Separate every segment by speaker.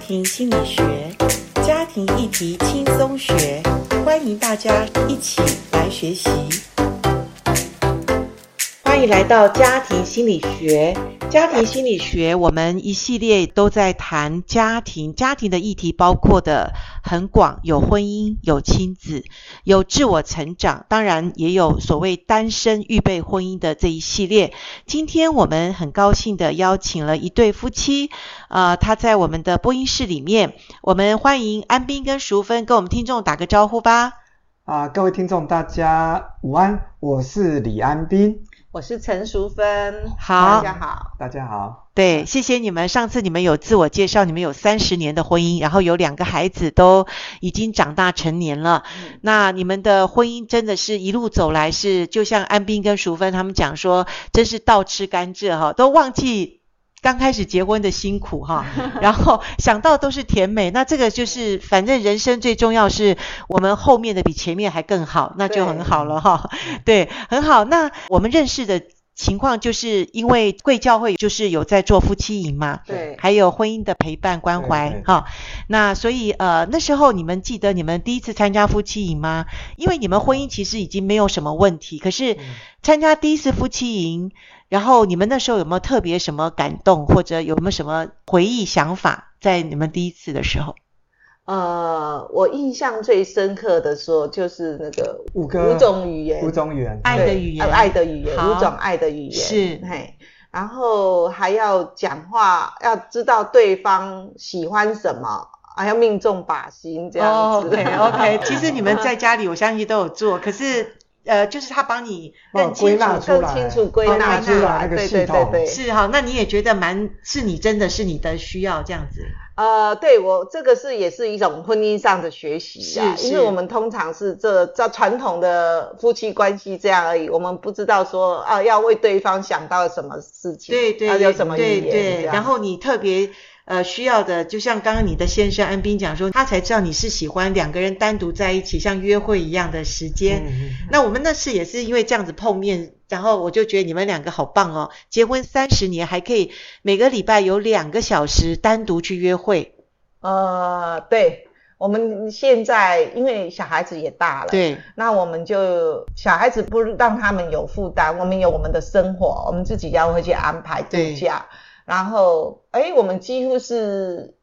Speaker 1: 庭心理学，家庭议题轻松学，欢迎大家一起来学习。欢迎来到家庭心理学。家庭心理学，我们一系列都在谈家庭，家庭的议题包括的很广，有婚姻，有亲子，有自我成长，当然也有所谓单身预备婚姻的这一系列。今天我们很高兴的邀请了一对夫妻，呃，他在我们的播音室里面，我们欢迎安斌跟淑芬跟我们听众打个招呼吧。
Speaker 2: 啊，各位听众，大家午安，我是李安斌，
Speaker 3: 我是陈淑芬，
Speaker 1: 好
Speaker 3: 大家好，
Speaker 2: 大家好。
Speaker 1: 对，谢谢你们。上次你们有自我介绍，你们有三十年的婚姻，然后有两个孩子都已经长大成年了。那你们的婚姻真的是一路走来是，就像安斌跟淑芬他们讲说，真是倒吃甘蔗哈，都忘记刚开始结婚的辛苦哈，然后想到都是甜美。那这个就是，反正人生最重要是我们后面的比前面还更好，那就很好了哈。对，很好。那我们认识的情况，就是因为贵教会就是有在做夫妻营嘛，
Speaker 3: 对，
Speaker 1: 还有婚姻的陪伴关
Speaker 2: 对
Speaker 1: 怀
Speaker 2: 对
Speaker 1: 哈、那所以呃，那时候你们记得你们第一次参加夫妻营吗？因为你们婚姻其实已经没有什么问题，可是
Speaker 2: 嗯
Speaker 1: 参加第一次夫妻营，然后你们那时候有没有特别什么感动，或者有没有什么回忆想法，在你们第一次的时候？
Speaker 3: 呃，我印象最深刻的说就是那个
Speaker 2: 五个
Speaker 3: 五种语言，
Speaker 2: 吴宗元，
Speaker 1: 爱
Speaker 3: 对
Speaker 1: 的语言
Speaker 3: 呃爱的语言，
Speaker 1: 好
Speaker 3: 五种爱的语言
Speaker 1: 是
Speaker 3: 嘿，然后还要讲话，要知道对方喜欢什么，还要命中靶心这样子。
Speaker 1: 哦 OK OK，其实你们在家里，我相信都有做，可是呃，就是他帮你更
Speaker 2: 哦归
Speaker 1: 清楚。
Speaker 2: 纳出
Speaker 3: 更
Speaker 2: 来，哦
Speaker 3: 清楚归
Speaker 2: 归
Speaker 3: 纳
Speaker 2: 出来那个
Speaker 3: 对
Speaker 2: 系
Speaker 3: 对
Speaker 2: 统
Speaker 3: 对，对，
Speaker 1: 是哈，那你也觉得蛮是你真的是你的需要这样子，
Speaker 3: 呃，对我这个是也是一种婚姻上的学习啊，
Speaker 1: 是
Speaker 3: 因为
Speaker 1: 是
Speaker 3: 我们通常是这照传统的夫妻关系这样而已，我们不知道说啊要为对方想到什么事情，
Speaker 1: 对对
Speaker 3: 要有什么
Speaker 1: 对
Speaker 3: 语言
Speaker 1: 对，
Speaker 3: 这样
Speaker 1: 然后你特别呃需要的，就像刚刚你的先生安斌讲说，他才知道你是喜欢两个人单独在一起像约会一样的时间。
Speaker 2: 嗯
Speaker 1: 那我们那次也是因为这样子碰面，然后我就觉得你们两个好棒哦，结婚三十年还可以每个礼拜有两个小时单独去约会，
Speaker 3: 呃，对我们现在因为小孩子也大了，，
Speaker 1: 对。
Speaker 3: 那我们就小孩子不让他们有负担，我们有我们的生活，我们自己要会去安排度
Speaker 1: 对
Speaker 3: 假，然后哎，我们几乎是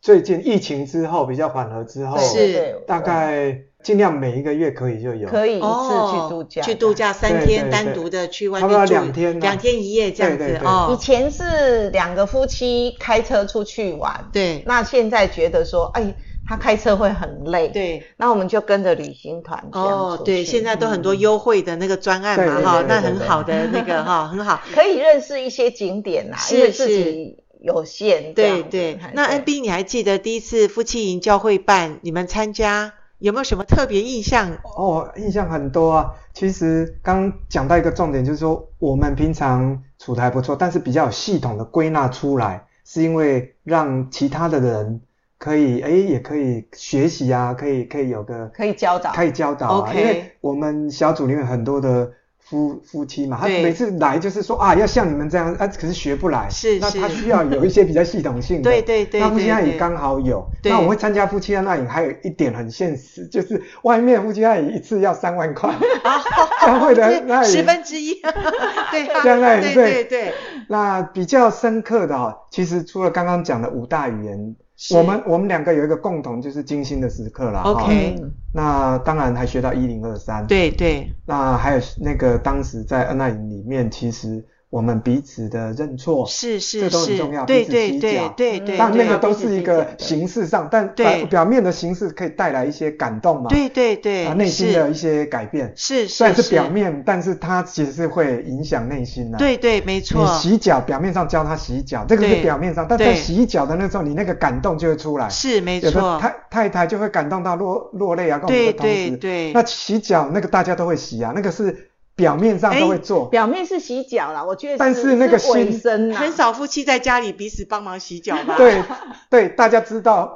Speaker 2: 最近疫情之后比较缓和之后，
Speaker 3: 对
Speaker 1: 是
Speaker 3: 对对
Speaker 2: 大概尽量每一个月可以就有，
Speaker 3: 可以一次
Speaker 1: 哦，
Speaker 3: 去度假，
Speaker 1: 去度。假三
Speaker 2: 对
Speaker 1: 天
Speaker 2: 对
Speaker 1: 单
Speaker 2: 对
Speaker 1: 独的去外
Speaker 2: 差
Speaker 1: 面
Speaker 2: 不
Speaker 1: 住
Speaker 2: 多两天啊
Speaker 1: 两天一夜这样
Speaker 2: 对
Speaker 1: 子
Speaker 2: 对对
Speaker 3: 以
Speaker 1: 哦，
Speaker 3: 前是两个夫妻开车出去玩，
Speaker 1: 对
Speaker 3: 那现在觉得说，哎，他开车会很累，，
Speaker 1: 对。
Speaker 3: 那我们就跟着旅行团这样
Speaker 1: 哦
Speaker 3: 出，
Speaker 1: 对，
Speaker 3: 去
Speaker 1: 现在都很多优惠的那个专案嘛，
Speaker 2: 对
Speaker 1: 哈，
Speaker 2: 嗯对对
Speaker 1: 那
Speaker 2: 对
Speaker 1: 很
Speaker 2: 对
Speaker 1: 好 的那个哈，很好。
Speaker 3: 可以认识一些景点啦，
Speaker 1: 是
Speaker 3: 因为自己有限，这样
Speaker 1: 对
Speaker 3: 子
Speaker 1: 对
Speaker 3: 哎，
Speaker 1: 那
Speaker 3: 对
Speaker 1: 安斌，你还记得第一次夫妻营教会办，你们参加有没有什么特别印象？
Speaker 2: 哦，印象很多啊。其实刚讲到一个重点，就是说我们平常处的还不错，但是比较有系统的归纳出来，是因为让其他的人可以，哎，也可以学习啊，可以可以有个
Speaker 3: 可以教导
Speaker 2: 可以教导啊。
Speaker 1: OK
Speaker 2: 因为我们小组里面很多的夫夫妻嘛，他
Speaker 1: 对
Speaker 2: 每次来就是说啊，要像你们这样啊，可是学不来，
Speaker 1: 是
Speaker 2: 那他
Speaker 1: 是
Speaker 2: 需要有一些比较系统性的，
Speaker 1: 对对对
Speaker 2: 那夫妻
Speaker 1: 对
Speaker 2: 按
Speaker 1: 对
Speaker 2: 也刚好有。
Speaker 1: 对
Speaker 2: 那我会参加夫妻按那影，还有一点很现实，就是外面夫妻按影一次要三 万块，
Speaker 1: 啊，
Speaker 2: 教 会的那
Speaker 1: 十
Speaker 2: 里
Speaker 1: 分之一， 对啊，
Speaker 2: 像那里
Speaker 1: 对对
Speaker 2: 对
Speaker 1: 对，
Speaker 2: 那比较深刻的哦，其实除了刚刚讲的五大语言，
Speaker 1: 是
Speaker 2: 我们我们两个有一个共同就是精心的时刻啦。
Speaker 1: OK
Speaker 2: 哦
Speaker 3: 嗯
Speaker 2: 那当然还学到一零二三。。
Speaker 1: 对对
Speaker 2: 那还有那个当时在恩爱营里面，其实我们彼此的认错，
Speaker 1: 是是
Speaker 2: 哦这都很
Speaker 1: 是
Speaker 2: 重要，
Speaker 1: 对
Speaker 2: 彼此
Speaker 1: 对
Speaker 2: 计
Speaker 1: 对
Speaker 2: 较
Speaker 1: 对对，
Speaker 2: 但那
Speaker 1: 对啊
Speaker 2: 个都是一个形式上，但
Speaker 1: 对
Speaker 2: 表表面的形式可以带来一些感动嘛，
Speaker 1: 对对对
Speaker 2: 啊，内心的
Speaker 1: 是
Speaker 2: 一些改变。
Speaker 1: 是
Speaker 2: 虽然
Speaker 1: 是
Speaker 2: 是表面，但是它其实是会影响内心的、，
Speaker 1: 对对，没
Speaker 2: 你
Speaker 1: 错，
Speaker 2: 洗脚，表面上教他洗脚，这个
Speaker 1: 对
Speaker 2: 是表面上，但
Speaker 1: 对
Speaker 2: 在洗脚的那时候，你那个感动就会出来。
Speaker 1: 是没
Speaker 2: 有的
Speaker 1: 错，
Speaker 2: 太太太就会感动到落落泪啊，跟我们
Speaker 1: 对
Speaker 2: 的同
Speaker 1: 对
Speaker 2: 事。
Speaker 1: 对，
Speaker 2: 那洗脚那个大家都会洗啊，那个是表面上
Speaker 1: 哎
Speaker 2: 都会做，
Speaker 3: 表面是洗脚啦，我觉得
Speaker 2: 但是那个
Speaker 3: 是卫
Speaker 2: 心
Speaker 3: 生啦，啊
Speaker 1: 很少夫妻在家里彼此帮忙洗脚吧？
Speaker 2: 对对，大家知道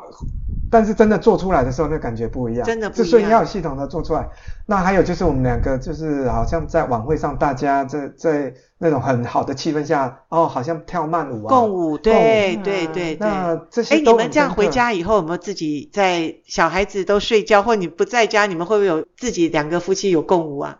Speaker 2: 但是真的做出来的时候，那感觉不一样，
Speaker 1: 真的不一
Speaker 2: 这
Speaker 1: 样
Speaker 2: 所以要有系统的做出来。那还有就是我们两个就是好像在晚会上，大家在在那种很好的气氛下，哦，好像跳慢舞啊，
Speaker 1: 共舞，对对
Speaker 3: 嗯
Speaker 1: 对对。
Speaker 2: 那这些
Speaker 1: 哎，你
Speaker 2: 都
Speaker 1: 们
Speaker 2: 很
Speaker 1: 这样
Speaker 2: 深
Speaker 1: 回
Speaker 2: 刻
Speaker 1: 家以后，有没有自己在小孩子都睡觉，或你不在家，你们会不会有自己两个夫妻有共舞啊？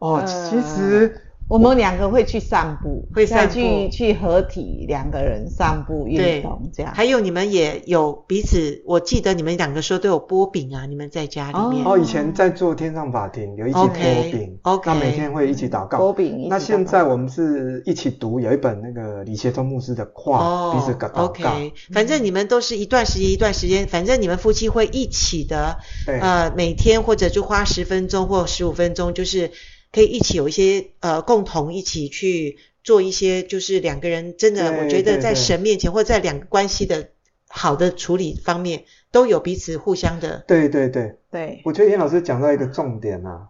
Speaker 2: 哦，其实
Speaker 3: 我们两个会去散步，
Speaker 1: 会散步
Speaker 3: 去去合体，两个人散步
Speaker 1: 对
Speaker 3: 运动这
Speaker 2: 啊
Speaker 3: 样。
Speaker 1: 还有你们也有彼此，我记得你们两个说都有剥饼啊，你们在家里面。
Speaker 2: 哦，以前在做天上法庭，有一起剥
Speaker 1: OK，
Speaker 2: 饼
Speaker 1: OK
Speaker 2: 那每天会一起祷告。
Speaker 3: 薄饼一起
Speaker 2: 那现
Speaker 3: 祷告
Speaker 2: 在我们是一起读有一本那个李协忠牧师的话，哦啊彼此祷告。
Speaker 1: 哦 OK，反
Speaker 2: 嗯
Speaker 1: 正你们都是一段时间一段时间，反正你们夫妻会一起的，
Speaker 2: 对，
Speaker 1: 呃，每天或者就花十分钟或十五分钟，就是可以一起有一些呃共同一起去做一些，就是两个人真的，
Speaker 2: 对
Speaker 1: 我觉得
Speaker 2: 对
Speaker 1: 在
Speaker 2: 对
Speaker 1: 神面前或者在两个关系的好的处理方面，都有彼此互相的
Speaker 2: 对对对，
Speaker 3: 对，
Speaker 2: 我觉得严老师讲到一个重点啊，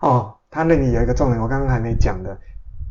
Speaker 2: 哦，他那里有一个重点，我刚刚还没讲的。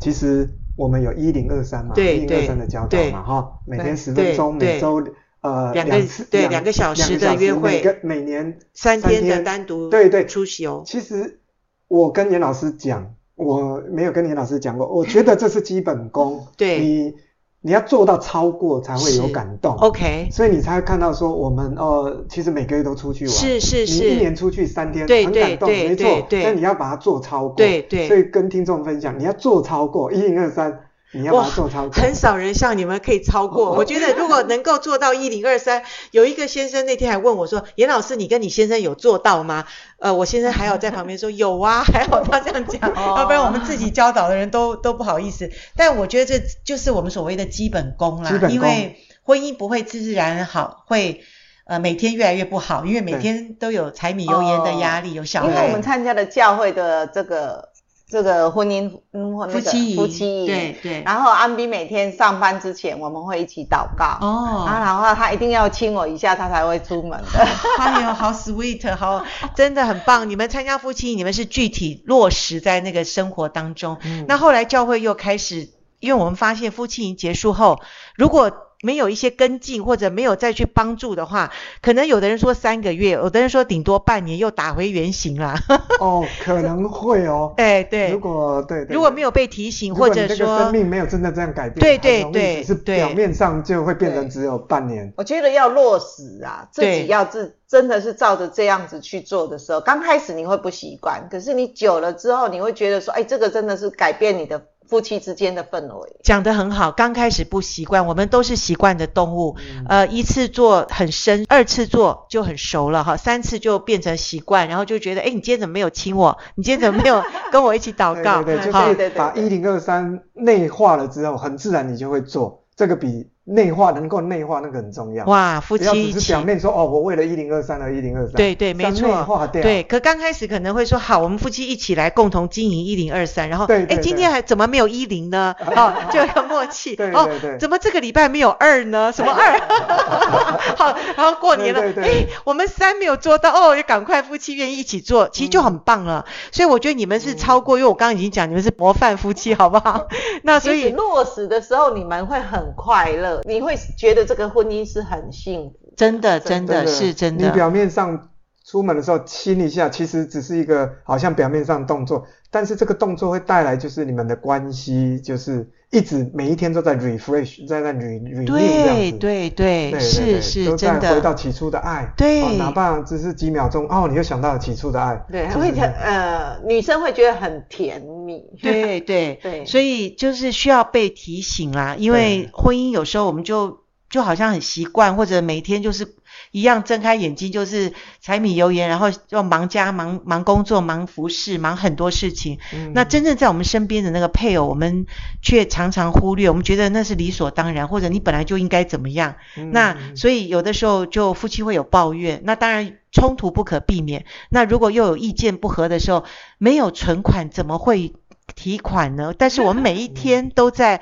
Speaker 2: 其实我们有一零二三嘛，
Speaker 1: 对
Speaker 2: 一零
Speaker 1: 对
Speaker 2: 二三的教导
Speaker 1: 对
Speaker 2: 嘛，哈，每天
Speaker 3: 对
Speaker 2: 十分钟，
Speaker 1: 对
Speaker 2: 每周呃
Speaker 1: 两个
Speaker 2: 次
Speaker 1: 对两个小时
Speaker 2: 两个
Speaker 1: 的约会
Speaker 2: 每个每年
Speaker 1: 三天的
Speaker 2: 天
Speaker 1: 单独
Speaker 2: 对对
Speaker 1: 出游。。
Speaker 2: 其实我跟严老师讲，我没有跟严老师讲过，我觉得这是基本功
Speaker 1: 对
Speaker 2: 你你要做到超过才会
Speaker 1: 是
Speaker 2: 有
Speaker 1: 哦
Speaker 2: 感动。
Speaker 1: OK，
Speaker 2: 所以你才会看到说我们哦，其实每个月都出去玩，
Speaker 1: 是是
Speaker 2: 你一年
Speaker 1: 是，
Speaker 2: 出去三天，
Speaker 1: 对
Speaker 2: 很
Speaker 1: 对
Speaker 2: 感动，
Speaker 1: 对
Speaker 2: 没
Speaker 1: 对
Speaker 2: 错。
Speaker 1: 对
Speaker 2: 但你要把它做超过，
Speaker 1: 对对
Speaker 2: 所以跟听众分享，你要做超过一零二三，你要把
Speaker 1: 哇
Speaker 2: 它做超过。
Speaker 1: 很少人像你们可以超过。
Speaker 3: 哦
Speaker 1: 我觉得如果能够做到一零二三，有一个先生那天还问我说：“严老师，你跟你先生有做到吗？”呃，我先生还好在旁边说：“有啊， 还好他这样讲，
Speaker 3: 哦
Speaker 1: 要不然我们自己教导的人都都不好意思。”但我觉得这就是我们所谓的基本功啦
Speaker 2: 基，本功
Speaker 1: 因为婚姻不会自然好，会。呃，每天越来越不好，因为每
Speaker 2: 对
Speaker 1: 天都有柴米油盐的压力，有小
Speaker 3: 哦因
Speaker 1: 孩，
Speaker 3: 为我们参加了教会的这个这个婚姻嗯那个
Speaker 1: 夫妻营
Speaker 3: 夫妻营
Speaker 1: 对对，
Speaker 3: 然后安比每天上班之前，我们会一起祷告。
Speaker 1: 哦
Speaker 3: 啊，然后他一定要亲我一下，他才会出门 的。
Speaker 1: 哎呦，好 sweet，好，真的很棒。你们参加夫妻，你们是具体落实在那个生活当中。
Speaker 2: 嗯
Speaker 1: 那后来教会又开始，因为我们发现夫妻营结束后，如果没有一些跟进或者没有再去帮助的话，可能有的人说三个月，有的人说顶多半年，又打回原形啦。。
Speaker 2: 哦，可能会哦
Speaker 1: 哎， 对，
Speaker 2: 如果对对，
Speaker 1: 如果没
Speaker 2: 有，
Speaker 1: 有被提醒，
Speaker 2: 如
Speaker 1: 或
Speaker 2: 果你
Speaker 1: 者
Speaker 2: 这个生
Speaker 1: 说
Speaker 2: 命没有真的这样改变，
Speaker 1: 对对
Speaker 2: 很容易
Speaker 1: 对
Speaker 2: 只是
Speaker 1: 对
Speaker 2: 表面上就会变
Speaker 3: 对
Speaker 2: 成只有半年。
Speaker 3: 我觉得要落实啊，自
Speaker 1: 对
Speaker 3: 己要自真的是照着这样子去做的时候，刚开始你会不习惯，可是你久了之后，你会觉得说，哎，这个真的是改变你的夫妻之间的氛围。
Speaker 1: 讲得很好，刚开始不习惯，我们都是习惯的动物。
Speaker 2: 嗯
Speaker 1: 呃，一次做很深，二次做就很熟了哈，三次就变成习惯，然后就觉得，哎，你今天怎么没有亲我？你今天怎么没有跟我一起祷告？
Speaker 2: 对对对，
Speaker 1: 好
Speaker 2: 就
Speaker 3: 对对
Speaker 2: 是
Speaker 3: 对
Speaker 2: 把一零二三内化了之后，很自然你就会做。这个比内化能够内化那个很重要。
Speaker 1: 哇，夫
Speaker 2: 不要
Speaker 1: 妻一
Speaker 2: 只是
Speaker 1: 起
Speaker 2: 表。面说哦，我为了一零二三而一零二三，
Speaker 1: 对对，没
Speaker 2: 是要内
Speaker 1: 错
Speaker 2: 化，掉，
Speaker 1: 对。可刚开始可能会说，好，我们夫妻一起来共同经营一零二三，然后，
Speaker 2: 对对
Speaker 1: 哎，今
Speaker 2: 对
Speaker 1: 天还怎么没有一零 呢？哦，就有一个默契。
Speaker 2: 对
Speaker 1: 哦
Speaker 2: 对，对
Speaker 1: 怎么这个礼拜没有二 呢？什么二？ 好，然后过年了，
Speaker 2: 对对对
Speaker 1: 哎，我们三没有做到哦，也赶快夫妻愿意一起做，其实就很棒
Speaker 2: 嗯
Speaker 1: 了。所以我觉得你们是超过，因为我刚刚已经讲你们是模范夫妻，好不 好？那所
Speaker 3: 其实
Speaker 1: 以
Speaker 3: 落实的时候，你们会很快乐，你会觉得这个婚姻是很幸福。
Speaker 1: 真的真
Speaker 2: 对
Speaker 1: 的
Speaker 2: 对
Speaker 1: 是真
Speaker 2: 你
Speaker 1: 的，
Speaker 2: 表面上出门的时候亲一下，其实只是一个好像表面上动作，但是这个动作会带来就是你们的关系，就是一直每一天都在 refresh，在那 re renew 这样
Speaker 1: 对
Speaker 2: 子。
Speaker 1: 对
Speaker 2: 啊对
Speaker 1: 对，
Speaker 2: 对
Speaker 1: 是
Speaker 2: 对
Speaker 1: 是
Speaker 2: 都
Speaker 1: 真
Speaker 2: 在回到
Speaker 1: 的，
Speaker 2: 起初的爱，
Speaker 1: 对
Speaker 2: 哦哪怕只是几秒钟，哦，你又想到了起初的爱，
Speaker 3: 对，
Speaker 2: 就是
Speaker 3: 会很呃，女生会觉得很甜蜜。
Speaker 1: 对对。
Speaker 3: 对，
Speaker 1: 所以就是需要被提醒啦，因为
Speaker 2: 对
Speaker 1: 婚姻有时候我们就就好像很习惯，或者每天就是一样睁开眼睛就是柴米油盐，然后要忙家、忙忙工作、忙服饰、忙很多事情。
Speaker 2: 嗯
Speaker 1: 那真正在我们身边的那个配偶，我们却常常忽略，我们觉得那是理所当然，或者你本来就应该怎么样。
Speaker 2: 嗯
Speaker 1: 那所以有的时候就夫妻会有抱怨，那当然冲突不可避免。那如果又有意见不合的时候，没有存款怎么会提款呢？但是我们每一天都在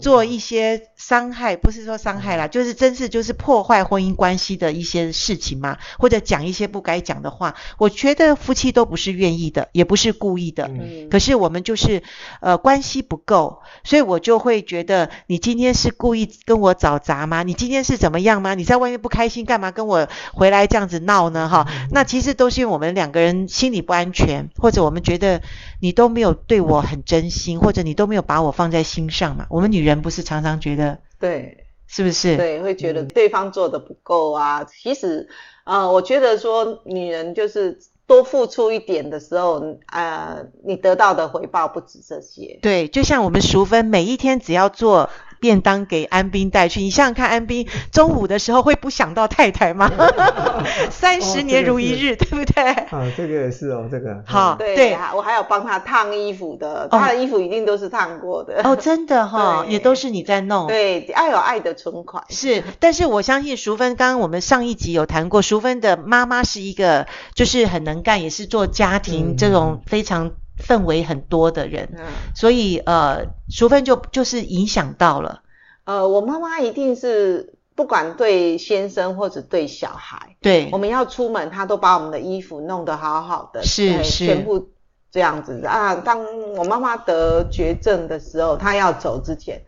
Speaker 1: 做一些伤害，不是说伤害
Speaker 2: 嗯
Speaker 1: 啦，就是真是就是破坏婚姻关系的一些事情嘛，或者讲一些不该讲的话。我觉得夫妻都不是愿意的，也不是故意的。
Speaker 2: 嗯
Speaker 3: 嗯
Speaker 1: 可是我们就是呃关系不够，所以我就会觉得你今天是故意跟我找茬吗？你今天是怎么样吗？你在外面不开心干嘛跟我回来这样子闹呢？哈，那其实都是因为我们两个人心里不安全，或者我们觉得你都没有对我很真心，或者你都没有把我放在心上嘛。我们女人不是常常觉得
Speaker 3: 对。
Speaker 1: 是不是？
Speaker 3: 对，会觉得
Speaker 1: 嗯
Speaker 3: 对方做的不够啊。其实，呃，我觉得说女人就是多付出一点的时候，呃，你得到的回报不止这些。
Speaker 1: 对，就像我们淑芬每一天只要做便当给安斌带去，你想想看，安斌中午的时候会不想到太太 吗？三十年如一日，哦对不对？
Speaker 2: 啊，这个也是哦，这个
Speaker 1: 好
Speaker 3: 对，
Speaker 1: 对
Speaker 3: 还我还有帮她烫衣服的，她的衣服一定都是烫过的。
Speaker 1: 哦，真的哈、也都是你在弄。
Speaker 3: 对，爱有爱的存款。
Speaker 1: 是，但是我相信淑芬，刚刚我们上一集有谈过，淑芬的妈妈是一个就是很能干，也是做家庭
Speaker 2: 嗯
Speaker 1: 这种非常氛围很多的人，
Speaker 3: 嗯，
Speaker 1: 所以呃，淑芬就就是影响到了。
Speaker 3: 呃，我妈妈一定是不管对先生或者对小孩，
Speaker 2: 嗯
Speaker 1: 对
Speaker 3: 我，们要出门，她都把我们的衣服弄得好好的，
Speaker 1: 是
Speaker 3: 哎
Speaker 1: 是
Speaker 3: 全部这样子啊。当我妈妈得绝症的时候，她要走之前，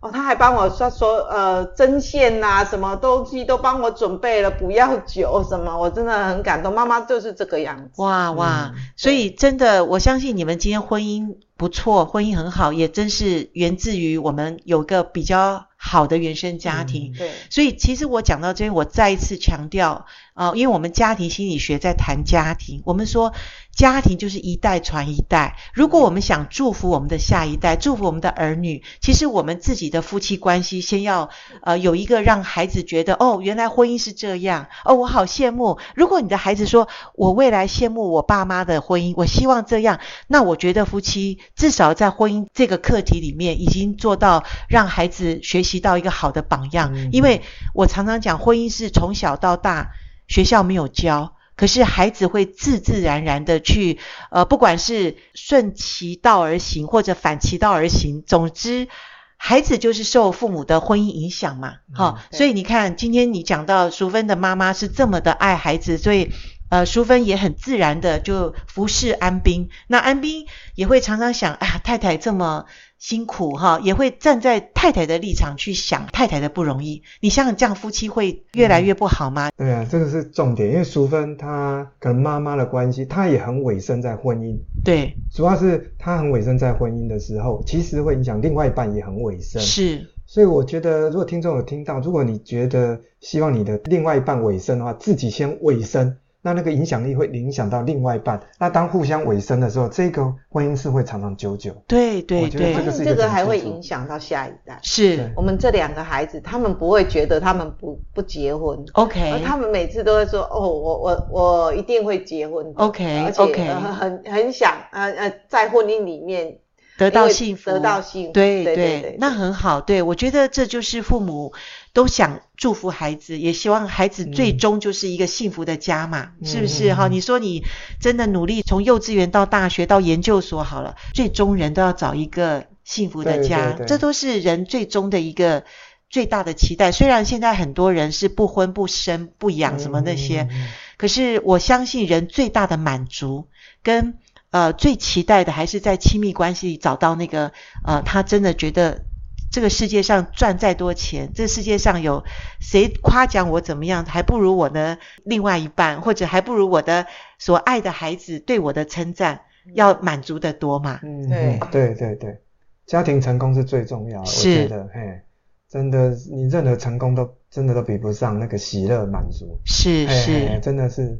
Speaker 3: 哦，她还帮我说说呃针线呐、什么东西都帮我准备了，不要久什么，我真的很感动。妈妈就是这个样子，
Speaker 1: 哇哇！所以真的，我相信你们今天婚姻不错，婚姻很好，也真是源自于我们有个比较好的原生家庭。
Speaker 3: 对，
Speaker 1: 所以其实我讲到这边，我再一次强调，呃，因为我们家庭心理学在谈家庭，我们说家庭就是一代传一代。如果我们想祝福我们的下一代，祝福我们的儿女，其实我们自己的夫妻关系先要呃有一个让孩子觉得哦，原来婚姻是这样，哦，我好羡慕。如果你的孩子说我未来羡慕我爸妈的婚姻，我希望这样，那我觉得夫妻至少在婚姻这个课题里面，已经做到让孩子学习到一个好的榜样。
Speaker 2: 嗯
Speaker 1: 因为我常常讲，婚姻是从小到大学校没有教。可是孩子会自自然然的去，呃，不管是顺其道而行，或者反其道而行，总之，孩子就是受父母的婚姻影响嘛，哈、
Speaker 3: 对
Speaker 1: 所以你看，今天你讲到淑芬的妈妈是这么的爱孩子，所以呃，淑芬也很自然的就服侍安斌。那安斌也会常常想，哎呀，太太这么辛苦哈，也会站在太太的立场去想太太的不容易。你想想，这样夫妻会越来越不好吗？
Speaker 2: 对啊，这个是重点，因为淑芬她可能妈妈的关系，她也很委身在婚姻，
Speaker 1: 对，
Speaker 2: 主要是她很委身在婚姻的时候，其实会影响另外一半也很委身。
Speaker 1: 是，
Speaker 2: 所以我觉得，如果听众有听到，如果你觉得希望你的另外一半委身的话，自己先委身，那那个影响力会影响到另外一半。那当互相委身的时候，这个婚姻是会长长久久。
Speaker 1: 对对
Speaker 2: 我觉得
Speaker 1: 对
Speaker 2: 这，个是一个
Speaker 3: 这个还会
Speaker 2: 很清楚
Speaker 3: 影响到下一代。
Speaker 1: 是
Speaker 2: 对
Speaker 3: 我们这两个孩子，他们不会觉得他们不不结婚，而
Speaker 1: OK，
Speaker 3: 他们每次都会说：“哦，我我我一定会结婚的。”
Speaker 1: OK，
Speaker 3: 而且
Speaker 1: OK
Speaker 3: 呃很很想呃呃，在婚姻里面
Speaker 1: 得到
Speaker 3: 因为
Speaker 1: 幸福，
Speaker 3: 得到幸福，
Speaker 1: 对
Speaker 3: 对
Speaker 1: 那很好。对我觉得这就是父母都想祝福孩子，也希望孩子最
Speaker 2: 嗯
Speaker 1: 终就是一个幸福的家嘛，是不是？
Speaker 2: 嗯
Speaker 1: 哈、你说你真的努力，从幼稚园到大学到研究所好了，最终人都要找一个幸福的
Speaker 2: 对
Speaker 1: 家，
Speaker 2: 对对
Speaker 1: 这都是人最终的一个。最大的期待，虽然现在很多人是不婚不生不养什么那些，
Speaker 2: 嗯，嗯嗯
Speaker 1: 可是我相信人最大的满足跟呃最期待的，还是在亲密关系里找到那个呃，他真的觉得这个世界上赚再多钱，这世界上有谁夸奖我怎么样，还不如我的另外一半，或者还不如我的所爱的孩子对我的称赞
Speaker 3: 嗯
Speaker 1: 要满足的多嘛？
Speaker 2: 嗯，
Speaker 3: 对
Speaker 2: 嗯对对对，家庭成功是最重要的，我
Speaker 1: 是
Speaker 2: 觉得，嘿，真的，你任何成功都真的都比不上那个喜乐满足，
Speaker 1: 是
Speaker 2: 嘿嘿
Speaker 1: 是
Speaker 2: 嘿，真的是，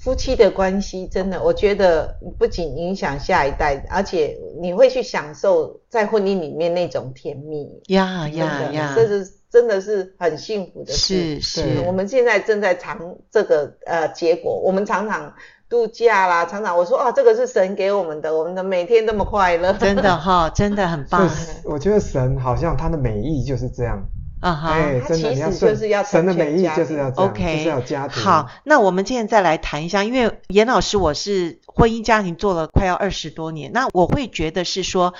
Speaker 3: 夫妻的关系真的，我觉得不仅影响下一代，而且你会去享受在婚姻里面那种甜蜜，
Speaker 1: 呀
Speaker 3: 真
Speaker 1: 呀
Speaker 3: 的，
Speaker 1: 呀，
Speaker 3: 这是真的是很幸福的事。
Speaker 1: 是
Speaker 2: 对
Speaker 1: 是
Speaker 3: 我们现在正在尝这个呃结果，我们常常度假啦，常常我说啊，这个是神给我们的，我们的每天这么快乐，
Speaker 1: 真的哈、真的很棒
Speaker 2: 所以我觉得神好像他的美意就是这样，
Speaker 1: 嗯哼。
Speaker 2: 哎，
Speaker 3: 啊他
Speaker 2: 真的
Speaker 3: 其
Speaker 2: 你要
Speaker 3: 实
Speaker 2: 顺
Speaker 3: 就是要
Speaker 2: 神的
Speaker 3: 成全
Speaker 2: 美意
Speaker 3: 家
Speaker 2: 就是
Speaker 3: 庭
Speaker 2: 要这样，就
Speaker 1: OK，
Speaker 2: 是要有家庭。
Speaker 1: 好，，那我们今天再来谈一下，因为严老师我是婚姻家庭做了快要二十多年，那我会觉得是说。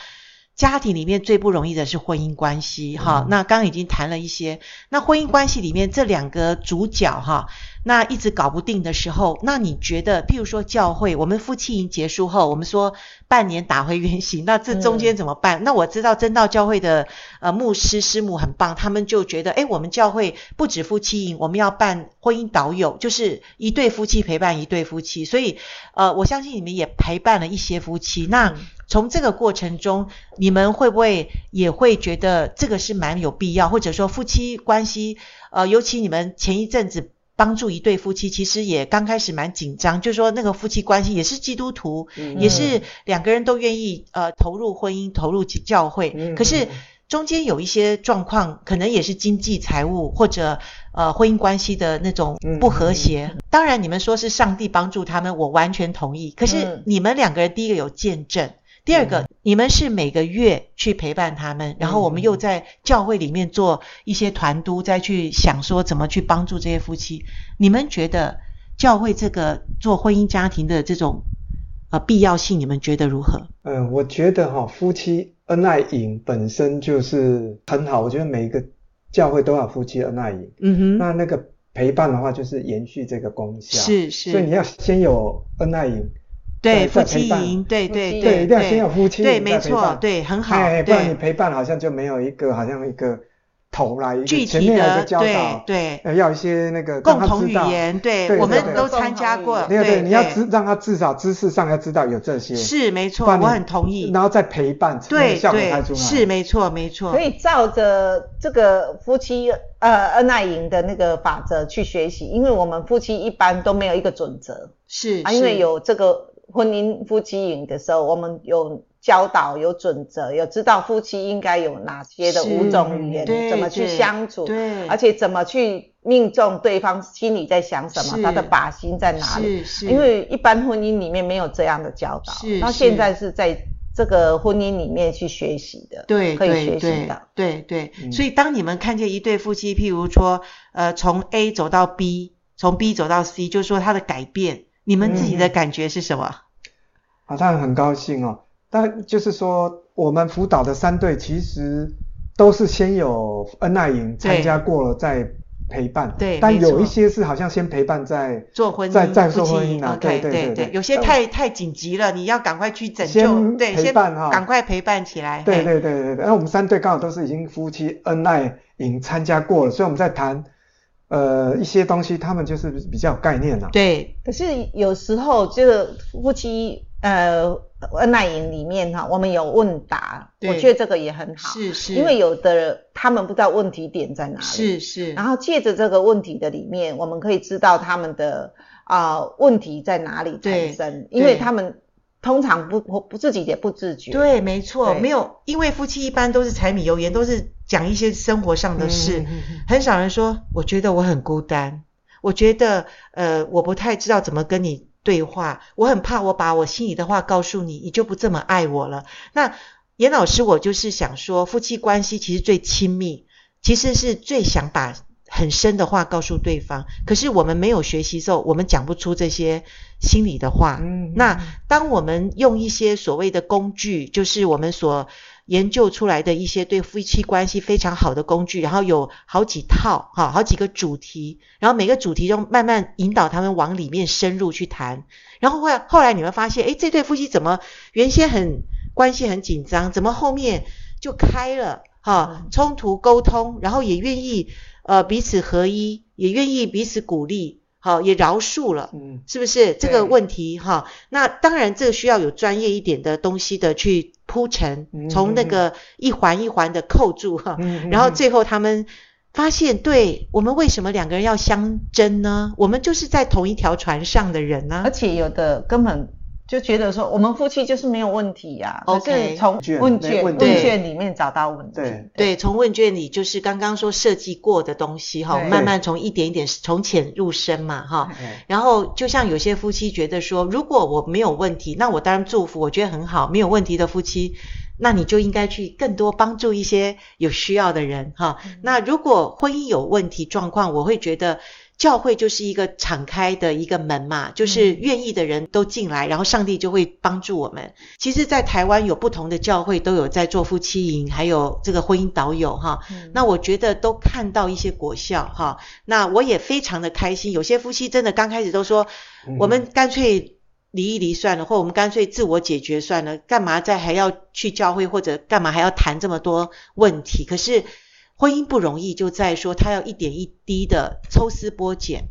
Speaker 1: 家庭里面最不容易的是婚姻关系，哈、
Speaker 2: 嗯
Speaker 1: 那刚刚已经谈了一些，那婚姻关系里面这两个主角，哈，那一直搞不定的时候，那你觉得，譬如说教会，我们夫妻营结束后，我们说半年打回原形，那这中
Speaker 2: 嗯
Speaker 1: 间怎么办？那我知道真道教会的呃牧师师母很棒，他们就觉得，诶，我们教会不止夫妻营，我们要办婚姻导友，就是一对夫妻陪伴一对夫妻，所以呃，我相信你们也陪伴了一些夫妻。那、
Speaker 3: 嗯
Speaker 1: 从这个过程中，你们会不会也会觉得这个是蛮有必要，或者说夫妻关系，呃，尤其你们前一阵子帮助一对夫妻，其实也刚开始蛮紧张，就是说那个夫妻关系也是基督徒，
Speaker 2: 嗯
Speaker 1: 也是两个人都愿意呃投入婚姻、投入教会，
Speaker 2: 嗯
Speaker 1: 可是中间有一些状况，可能也是经济、财务或者呃婚姻关系的那种不和谐。当然，你们说是上帝帮助他们，我完全同意。可是
Speaker 3: 嗯
Speaker 1: 你们两个人，第一个有见证。第二个，你们是每个月去陪伴他们，然后我们又在教会里面做一些团督，再去想说怎么去帮助这些夫妻。你们觉得教会这个做婚姻家庭的这种呃必要性，你们觉得如何？
Speaker 2: 嗯，我觉得哈、夫妻恩爱营本身就是很好，我觉得每一个教会都要有夫妻恩爱营。
Speaker 1: 嗯哼，
Speaker 2: 那那个陪伴的话，就是延续这个功效。，
Speaker 1: 是
Speaker 2: 所以你
Speaker 1: 是，
Speaker 2: 要先有恩爱营，
Speaker 1: 对夫
Speaker 2: 再再
Speaker 1: 妻
Speaker 2: 陪伴
Speaker 1: 营，对
Speaker 3: 夫
Speaker 1: 对
Speaker 3: 妻
Speaker 2: 对，
Speaker 1: 对
Speaker 2: 一定要先有夫妻
Speaker 1: 对，
Speaker 2: 营
Speaker 1: 没
Speaker 2: 再陪
Speaker 1: 错，
Speaker 2: 伴，
Speaker 1: 对，很好，
Speaker 2: 哎，不然你
Speaker 1: 对，
Speaker 2: 陪伴好像就没有一个好像一个头来，一个
Speaker 1: 具
Speaker 2: 前
Speaker 1: 体
Speaker 2: 面有一
Speaker 1: 的
Speaker 2: 个教
Speaker 1: 对
Speaker 2: 导，
Speaker 1: 对，
Speaker 2: 呃要有一些那个
Speaker 1: 共
Speaker 2: 让他
Speaker 1: 同
Speaker 2: 知
Speaker 1: 语
Speaker 2: 道。
Speaker 1: 言，对
Speaker 2: 对
Speaker 1: 我
Speaker 2: 对
Speaker 1: 们
Speaker 2: 对
Speaker 1: 都参加过，
Speaker 3: 共
Speaker 2: 对
Speaker 1: 对，
Speaker 2: 你要知让他至少知识上要知道有这些，
Speaker 1: 是没错，
Speaker 2: 不然你
Speaker 1: 我很同意，
Speaker 2: 然后再陪伴，那个
Speaker 1: 对
Speaker 2: 效果才出
Speaker 1: 对，
Speaker 2: 来。
Speaker 1: 是没错没错
Speaker 3: 可，以照着这个夫妻呃恩爱营的那个法则去学习，因为我们夫妻一般都没有一个准则
Speaker 1: 是
Speaker 3: 啊，因为
Speaker 1: 是
Speaker 3: 有这个婚姻夫妻营的时候，我们有教导、有准则，有知道夫妻应该有哪些的
Speaker 1: 是
Speaker 3: 五种语
Speaker 1: 对
Speaker 3: 言，怎么去
Speaker 1: 对
Speaker 3: 相处，
Speaker 1: 对，
Speaker 3: 而且怎么去命中对方心里在想什
Speaker 1: 是
Speaker 3: 么，他的靶心在哪里。
Speaker 1: 是是
Speaker 3: 因为一般婚姻里面没有这样的教导
Speaker 1: 是，
Speaker 3: 那
Speaker 1: 是
Speaker 3: 现在是在这个婚姻里面去学习的，
Speaker 1: 对
Speaker 3: 可以
Speaker 1: 对
Speaker 3: 学习
Speaker 1: 对
Speaker 3: 到。
Speaker 1: 对对，
Speaker 2: 嗯
Speaker 1: 所以当你们看见一对夫妻，譬如说，呃，从 A 走到 B，从 B 走到 C，就是说他的改变，你们自己的
Speaker 2: 嗯
Speaker 1: 感觉是什么？
Speaker 2: 啊，当然很高兴哦。但就是说，我们辅导的三队其实都是先有恩爱营
Speaker 1: 对
Speaker 2: 参加过了再陪伴，
Speaker 1: 对
Speaker 2: 但
Speaker 1: 没
Speaker 2: 有一
Speaker 1: 错
Speaker 2: 些是好像先陪伴再
Speaker 1: 做婚
Speaker 2: 再
Speaker 1: 姻
Speaker 2: 再
Speaker 1: 夫
Speaker 2: 做婚
Speaker 1: 妻
Speaker 2: 姻啊
Speaker 1: o k
Speaker 2: 对对
Speaker 1: 对
Speaker 2: 对对
Speaker 1: 有些
Speaker 2: 但
Speaker 1: 太太紧急了，你要赶快去拯救，
Speaker 2: 先
Speaker 1: 对，
Speaker 2: 陪
Speaker 1: 先
Speaker 2: 伴哈
Speaker 1: 赶快陪伴起来，
Speaker 2: 对
Speaker 1: 嘿
Speaker 2: 对对对对。那我们三队刚好都是已经夫妻恩爱营参加过了，所以我们在谈呃一些东西，他们就是比较有概念啦、
Speaker 1: 对
Speaker 3: 可是有时候就是夫妻呃恩爱营里面哈，我们有问答，
Speaker 1: 对
Speaker 3: 我觉得这个也很好，
Speaker 1: 是是，
Speaker 3: 因为有的他们不知道问题点在哪里，
Speaker 1: 是是
Speaker 3: 然后借着这个问题的里面，我们可以知道他们的啊、问题在哪里
Speaker 1: 对
Speaker 3: 产生，因为
Speaker 1: 对
Speaker 3: 他们通常不不不自己也不自觉，
Speaker 1: 对，没错，
Speaker 3: 对
Speaker 1: 没有，因为夫妻一般都是柴米油盐，都是讲一些生活上
Speaker 3: 嗯
Speaker 1: 的事，很少人说，我觉得我很孤单，我觉得呃，我不太知道怎么跟你对话，我很怕我把我心里的话告诉你，你就不这么爱我了。那严老师，我就是想说，夫妻关系其实最亲密，其实是最想把很深的话告诉对方，可是我们没有学习之后，我们讲不出这些心里的话。
Speaker 2: 嗯
Speaker 1: 那当我们用一些所谓的工具，就是我们所研究出来的一些对夫妻关系非常好的工具，然后有好几套哈，好几个主题，然后每个主题中慢慢引导他们往里面深入去谈，然后后来后来你会发现，诶，这对夫妻怎么原先很关系很紧张，怎么后面就开了哈、
Speaker 3: 嗯
Speaker 1: 冲突沟通，然后也愿意呃彼此合一，也愿意彼此鼓励，好、也饶恕了。
Speaker 2: 嗯
Speaker 1: 是不是这
Speaker 3: 对
Speaker 1: 个问题哈？那当然，这个需要有专业一点的东西的去铺陈，
Speaker 2: 嗯
Speaker 1: 从那个一环一环的扣住哈，
Speaker 2: 嗯
Speaker 1: 然后最后他们发现，对我们为什么两个人要相争呢？我们就是在同一条船上的人啊呢、
Speaker 2: 呃
Speaker 3: 而且有的根本就觉得说，我们夫妻就是没有问题呀、可
Speaker 1: OK
Speaker 3: 是从问
Speaker 2: 没
Speaker 3: 卷
Speaker 2: 问
Speaker 3: 问
Speaker 1: 题
Speaker 3: 卷里面找到问题。
Speaker 2: 对，
Speaker 1: 对，从问卷里就是刚刚说设计过的东西哈，
Speaker 3: 对
Speaker 1: 慢慢从一点一点从浅入深嘛哈。
Speaker 2: 哎
Speaker 1: 然后就像有些夫妻觉得说，如果我没有问题，那我当然祝福，我觉得很好，没有问题的夫妻。那你就应该去更多帮助一些有需要的人哈。那如果婚姻有问题状况，我会觉得教会就是一个敞开的一个门嘛，就是愿意的人都进来，然后上帝就会帮助我们。其实，在台湾有不同的教会都有在做夫妻营，还有这个婚姻导友哈。那我觉得都看到一些果效哈。那我也非常的开心，有些夫妻真的刚开始都说，
Speaker 2: 嗯
Speaker 1: 我们干脆离一离算了，或我们干脆自我解决算了，干嘛再还要去教会，或者干嘛还要谈这么多问题？可是婚姻不容易，就在说他要一点一滴的抽丝剥茧。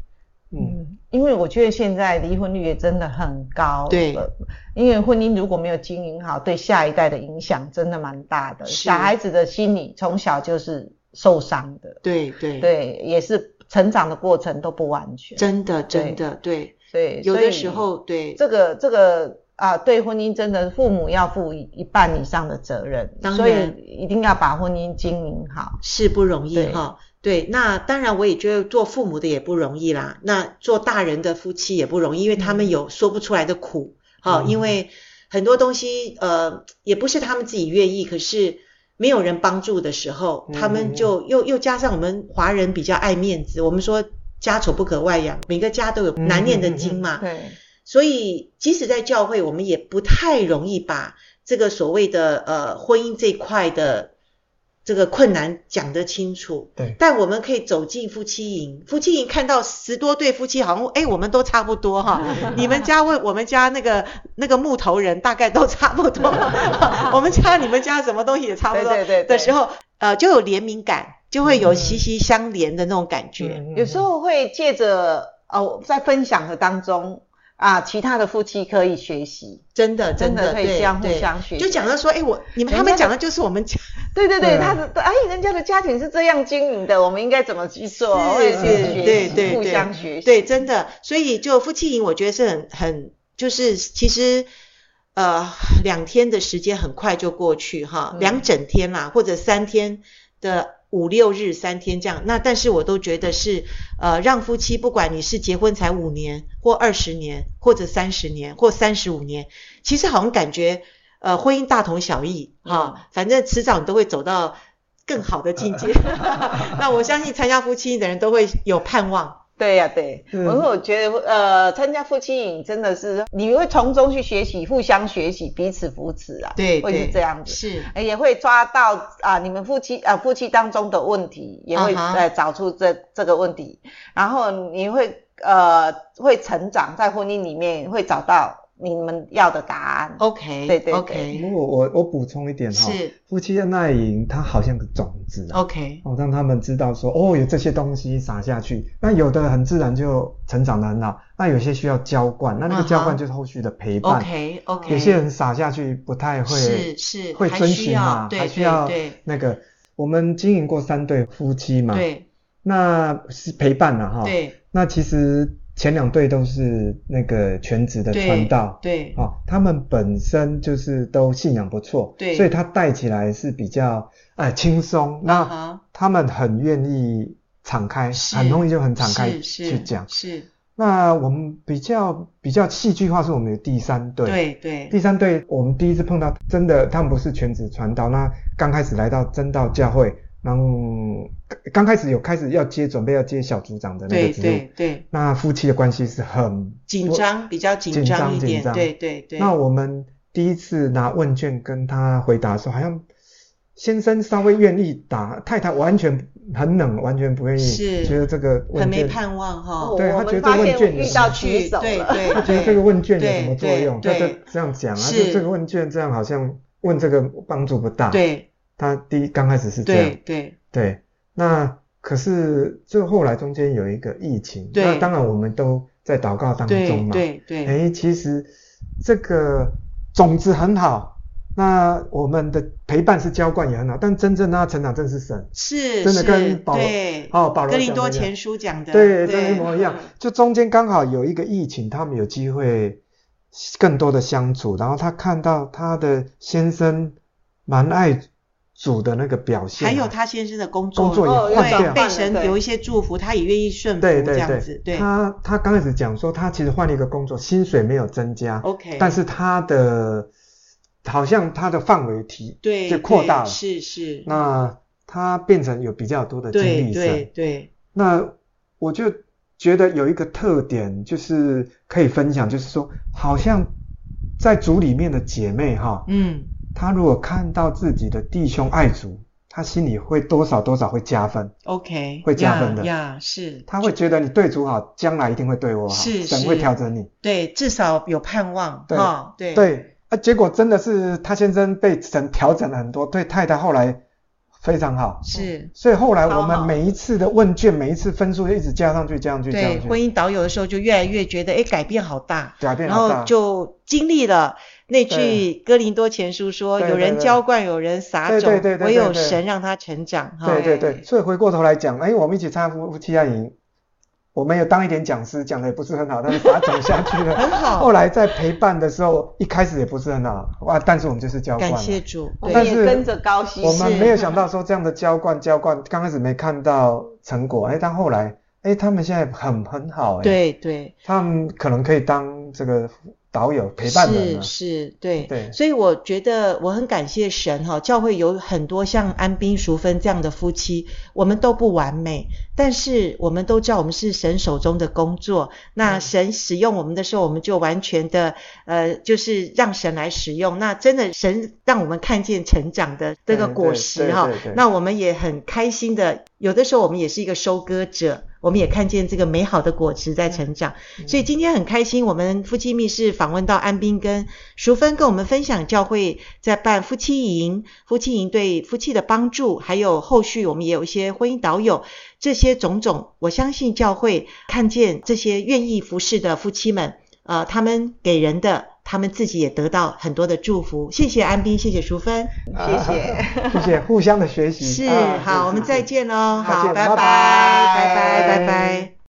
Speaker 2: 嗯，
Speaker 3: 嗯，因为我觉得现在离婚率也真的很高，
Speaker 1: 对
Speaker 3: 呃因为婚姻如果没有经营好，对下一代的影响真的蛮大的。
Speaker 1: 是
Speaker 3: 小孩子的心理从小就是受伤的，
Speaker 1: 对对，
Speaker 3: 对，也是成长的过程都不完全，
Speaker 1: 真的真的对，
Speaker 3: 对，
Speaker 1: 有
Speaker 3: 所
Speaker 1: 的
Speaker 3: 以
Speaker 1: 时候对，
Speaker 3: 这个这个啊，对婚姻真的父母要负一一半以上的责任，
Speaker 1: 当然
Speaker 3: 所以一定要把婚姻经营好。
Speaker 1: 是不容易
Speaker 3: 对
Speaker 1: 哈。对，那当然我也觉得做父母的也不容易啦，那做大人的夫妻也不容易，因为他们
Speaker 3: 嗯
Speaker 1: 有说不出来的苦，哈、
Speaker 2: 嗯
Speaker 1: 因为很多东西呃也不是他们自己愿意，可是没有人帮助的时候，他们
Speaker 2: 嗯
Speaker 1: 就又又加上我们华人比较爱面子，我们说家丑不可外扬，每个家都有难念的经嘛，
Speaker 3: 对，
Speaker 1: 所以，即使在教会，我们也不太容易把这个所谓的呃婚姻这一块的这个困难讲得清楚。
Speaker 2: 对
Speaker 1: 但我们可以走进夫妻营，夫妻营看到十多对夫妻，好像哎我们都差不多 哈，你们家问我们家那个那个木头人大概都差不 多，我们家你们家什么东西也差不多
Speaker 3: 对对对
Speaker 1: 的
Speaker 3: 对
Speaker 1: 时候，呃就有怜悯感，就会有
Speaker 3: 嗯
Speaker 1: 息息相连的那种感觉。
Speaker 2: 嗯
Speaker 3: 有时候会借着哦，在分享的当中啊，其他的夫妻可以学习。
Speaker 1: 真的，
Speaker 3: 真的
Speaker 1: 的
Speaker 3: 可以
Speaker 1: 对
Speaker 3: 这样互
Speaker 1: 对
Speaker 3: 相学
Speaker 1: 就
Speaker 3: 习
Speaker 1: 讲到说，哎、我你们
Speaker 3: 人
Speaker 1: 他们
Speaker 3: 家
Speaker 1: 讲的就是我们家，
Speaker 3: 对对对，
Speaker 2: 对啊
Speaker 3: 他的哎，人家的家庭是这样经营的，我们应该怎么去做？我也
Speaker 1: 是
Speaker 3: 是
Speaker 1: 是
Speaker 3: 学习，
Speaker 1: 对对
Speaker 3: 互
Speaker 1: 对
Speaker 3: 相学习。
Speaker 1: 对，真的，所以就夫妻营，我觉得是很很，就是其实呃两天的时间很快就过去哈，
Speaker 3: 嗯
Speaker 1: 两整天啦，或者三天的五六日三天这样。那但是我都觉得是呃让夫妻，不管你是结婚才五年或二十年，或者三十年或三十五年，其实好像感觉呃婚姻大同小异哈、反正迟早你都会走到。更好的境界， 那我相信参加夫妻营的人都会有盼望，
Speaker 3: 对呀、对，
Speaker 2: 嗯
Speaker 3: 我说我觉得呃，参加夫妻营真的是你会从中去学习，互相学习，彼此扶持啊，
Speaker 1: 对
Speaker 3: 会是
Speaker 1: 对
Speaker 3: 这样子。
Speaker 1: 是
Speaker 3: 哎也会抓到啊、你们夫妻啊、夫妻当中的问题，也
Speaker 2: 嗯
Speaker 3: 会、
Speaker 1: 啊哈
Speaker 3: 呃找出这这个问题，然后你会呃会成长，在婚姻里面会找到你们要的答案。
Speaker 1: OK，
Speaker 3: 对对对
Speaker 1: o k
Speaker 2: 不过嗯我我补充一点哈、
Speaker 1: 是
Speaker 2: 夫妻恩爱营它好像个种子啊，
Speaker 1: OK，
Speaker 2: 哦，让他们知道说哦有这些东西撒下去，那有的很自然就成长得很好，那有些需要浇灌，那那个浇
Speaker 1: 嗯哼
Speaker 2: 灌就是后续的陪伴。
Speaker 1: OK OK，
Speaker 2: 有些人撒下去不太会，
Speaker 1: 是是
Speaker 2: 会
Speaker 1: 还
Speaker 2: 遵
Speaker 1: 需
Speaker 2: 循
Speaker 1: 要
Speaker 2: 嘛，
Speaker 1: 对
Speaker 2: 还需
Speaker 1: 对
Speaker 2: 要
Speaker 1: 对
Speaker 2: 那个。我们经营过三对夫妻嘛，哦
Speaker 1: 对
Speaker 2: 那是陪伴了哈。，
Speaker 1: 对
Speaker 2: 那其实前两对都是那个全职的
Speaker 1: 对
Speaker 2: 传道，
Speaker 1: 对
Speaker 2: 哦，他们本身就是都信仰不错，
Speaker 1: 对
Speaker 2: 所以他带起来是比较呃轻松，
Speaker 1: 啊
Speaker 2: 那
Speaker 1: 哈，
Speaker 2: 他们很愿意敞开，
Speaker 1: 是
Speaker 2: 很容易就很敞开
Speaker 1: 是是
Speaker 2: 去讲。
Speaker 1: 是，
Speaker 2: 那我们比较比较戏剧化是我们的第三对，
Speaker 1: 对对
Speaker 2: 第三对我们第一次碰到，真的他们不是全职传道，那刚开始来到真道教会，然后刚开始有开始要接准备要接小组长的那
Speaker 1: 对
Speaker 2: 个职务
Speaker 1: 对，对，
Speaker 2: 那夫妻的关系是很
Speaker 1: 紧张比较紧
Speaker 2: 紧
Speaker 1: 张
Speaker 2: 张
Speaker 1: 一
Speaker 2: 紧
Speaker 1: 点，
Speaker 2: 张
Speaker 1: 对对对，
Speaker 2: 那我们第一次拿问卷跟他回答的时候，好像先生稍微愿意答，太太完全很冷，完全不愿意，
Speaker 1: 是
Speaker 2: 觉得这个问
Speaker 1: 很
Speaker 2: 卷
Speaker 1: 没盼望哈
Speaker 3: 哦我，
Speaker 2: 哦对他
Speaker 3: 我
Speaker 2: 觉得
Speaker 3: 们发
Speaker 2: 问
Speaker 3: 现
Speaker 2: 卷
Speaker 3: 遇
Speaker 2: 有
Speaker 3: 到
Speaker 2: 兴
Speaker 3: 棘
Speaker 1: 去
Speaker 3: 手
Speaker 1: 对
Speaker 3: 了。
Speaker 1: 对，
Speaker 2: 觉得这个问卷有什么作
Speaker 1: 对
Speaker 2: 用？
Speaker 1: 对
Speaker 2: 他
Speaker 1: 对
Speaker 2: 这这样讲啊，
Speaker 1: 是
Speaker 2: 就这个问卷这样好像问这个帮助不大。，
Speaker 1: 对
Speaker 2: 他第一刚开始是这样
Speaker 1: 对，对
Speaker 2: 对，那可是就后来中间有一个疫情，
Speaker 1: 对
Speaker 2: 那当然我们都在祷告当中
Speaker 1: 对
Speaker 2: 嘛，
Speaker 1: 对对，
Speaker 2: 哎，其实这个种子很好，那我们的陪伴是浇灌也很好，但真正让它成长正是神。
Speaker 1: 是
Speaker 2: 真的
Speaker 1: 是
Speaker 2: 跟保罗
Speaker 1: 对
Speaker 2: 哦，保罗
Speaker 1: 哥
Speaker 2: 讲
Speaker 1: 林
Speaker 2: 的
Speaker 1: 多
Speaker 2: 一样
Speaker 1: 前书讲的，
Speaker 2: 对，真的一
Speaker 1: 对
Speaker 2: 模一样。就中间刚好有一个疫情，他们有机会更多的相处，然后他看到他的先生蛮爱主的那个表现啊，
Speaker 1: 还有他先生的工作，
Speaker 2: 工作
Speaker 3: 也哦换
Speaker 1: 对
Speaker 3: 掉
Speaker 1: 被神
Speaker 3: 对
Speaker 1: 有一些祝福，他也愿意顺服
Speaker 2: 对对
Speaker 1: 这样子
Speaker 2: 对，，
Speaker 1: 对
Speaker 2: 他他刚开
Speaker 1: 哦
Speaker 2: 始讲说，他其实换了一个工作，薪水没有增加
Speaker 1: OK
Speaker 2: 但是他的好像它的范围提
Speaker 1: 对，
Speaker 2: 就扩
Speaker 1: 对
Speaker 2: 大了
Speaker 1: 是是，
Speaker 2: 那它变成有比较多的经
Speaker 1: 对
Speaker 2: 历
Speaker 1: 对
Speaker 2: 生。
Speaker 1: 对，
Speaker 2: 那我就觉得有一个特点，就是可以分享，就是说，好像在组里面的姐妹哈，
Speaker 1: 嗯，
Speaker 2: 她如果看到自己的弟兄爱主，她心里会多少多少会加分，
Speaker 1: OK，
Speaker 2: 会加
Speaker 1: 呀
Speaker 2: 分的
Speaker 1: 呀，是，
Speaker 2: 她会觉得你对主好，将来一定会对我好，
Speaker 1: 是
Speaker 2: 神
Speaker 1: 是
Speaker 2: 会调整你。
Speaker 1: 对，至少有盼望
Speaker 2: 对
Speaker 1: 哈，对
Speaker 2: 对啊，结果真的是她先生被神调整了很多，对太太后来非常好。
Speaker 1: 是。
Speaker 2: 所以后来我
Speaker 3: 好好
Speaker 2: 们每一次的问卷，每一次分数就一直加上去，加上去，加
Speaker 1: 对
Speaker 2: 上
Speaker 1: 婚
Speaker 2: 去，
Speaker 1: 姻导游的时候，就越来越觉得，哎，改变好大，
Speaker 2: 改变
Speaker 1: 然
Speaker 2: 好大
Speaker 1: 后就经历了那句
Speaker 2: 对
Speaker 1: 哥林多前书说：“
Speaker 2: 对
Speaker 1: 有
Speaker 2: 对
Speaker 1: 人
Speaker 2: 对
Speaker 1: 浇灌，有人撒
Speaker 2: 对对
Speaker 1: 种，
Speaker 2: 对对
Speaker 1: 唯
Speaker 2: 对
Speaker 1: 有
Speaker 2: 对
Speaker 1: 神让他成长。”哈
Speaker 2: 对，对对，
Speaker 3: 对
Speaker 2: 所以回过头来讲，哎，我们一起参加夫夫妻爱营，我们有当一点讲师，讲的也不是很好，但是把它讲下去了。
Speaker 1: 很好
Speaker 2: 后，来在陪伴的时候，一开始也不是很好哇，但是我们就是浇灌
Speaker 1: 感
Speaker 2: 了。
Speaker 1: 谢主。
Speaker 3: 我
Speaker 1: 对
Speaker 2: 但
Speaker 3: 们
Speaker 2: 是
Speaker 3: 也跟着高兴。
Speaker 2: 我们没有想到说这样的浇灌浇灌，刚开始没看到成果，哎，但后来，哎，他们现在很很好，哎，
Speaker 1: 对对，
Speaker 2: 他们可能可以当这个导友陪伴人
Speaker 1: 是
Speaker 2: 了。
Speaker 1: 是，对
Speaker 2: 对
Speaker 1: 所以我觉得我很感谢神哈，教会有很多像安斌、淑芬这样的夫妻，我们都不完美，但是我们都知道我们是神手中的工作。
Speaker 2: 嗯
Speaker 1: 那神使用我们的时候，我们就完全的呃，就是让神来使用。那真的神让我们看见成长的这个
Speaker 2: 对
Speaker 1: 果
Speaker 2: 嗯对
Speaker 1: 实
Speaker 2: 对
Speaker 1: 哈
Speaker 2: 对对，
Speaker 1: 那我们也很开心的。有的时候我们也是一个收割者，我们也看见这个美好的果实
Speaker 2: 嗯
Speaker 1: 在成长。所以今天很开心，我们夫妻密室访问到安斌跟淑芬，跟我们分享教会在办夫妻营，夫妻营对夫妻的帮助，还有后续我们也有一些婚姻导友，这些种种，我相信教会看见这些愿意服侍的夫妻们，呃，他们给人的，他们自己也得到很多的祝福。谢谢安斌，谢谢淑芬，
Speaker 3: 谢谢。
Speaker 2: 谢谢，互相的学习。
Speaker 1: 是
Speaker 2: 啊
Speaker 1: 好，我们再。见喽，
Speaker 2: 再
Speaker 1: 好，
Speaker 2: 见
Speaker 1: 拜拜，
Speaker 2: 拜
Speaker 1: 拜
Speaker 2: 拜
Speaker 1: 拜，拜拜。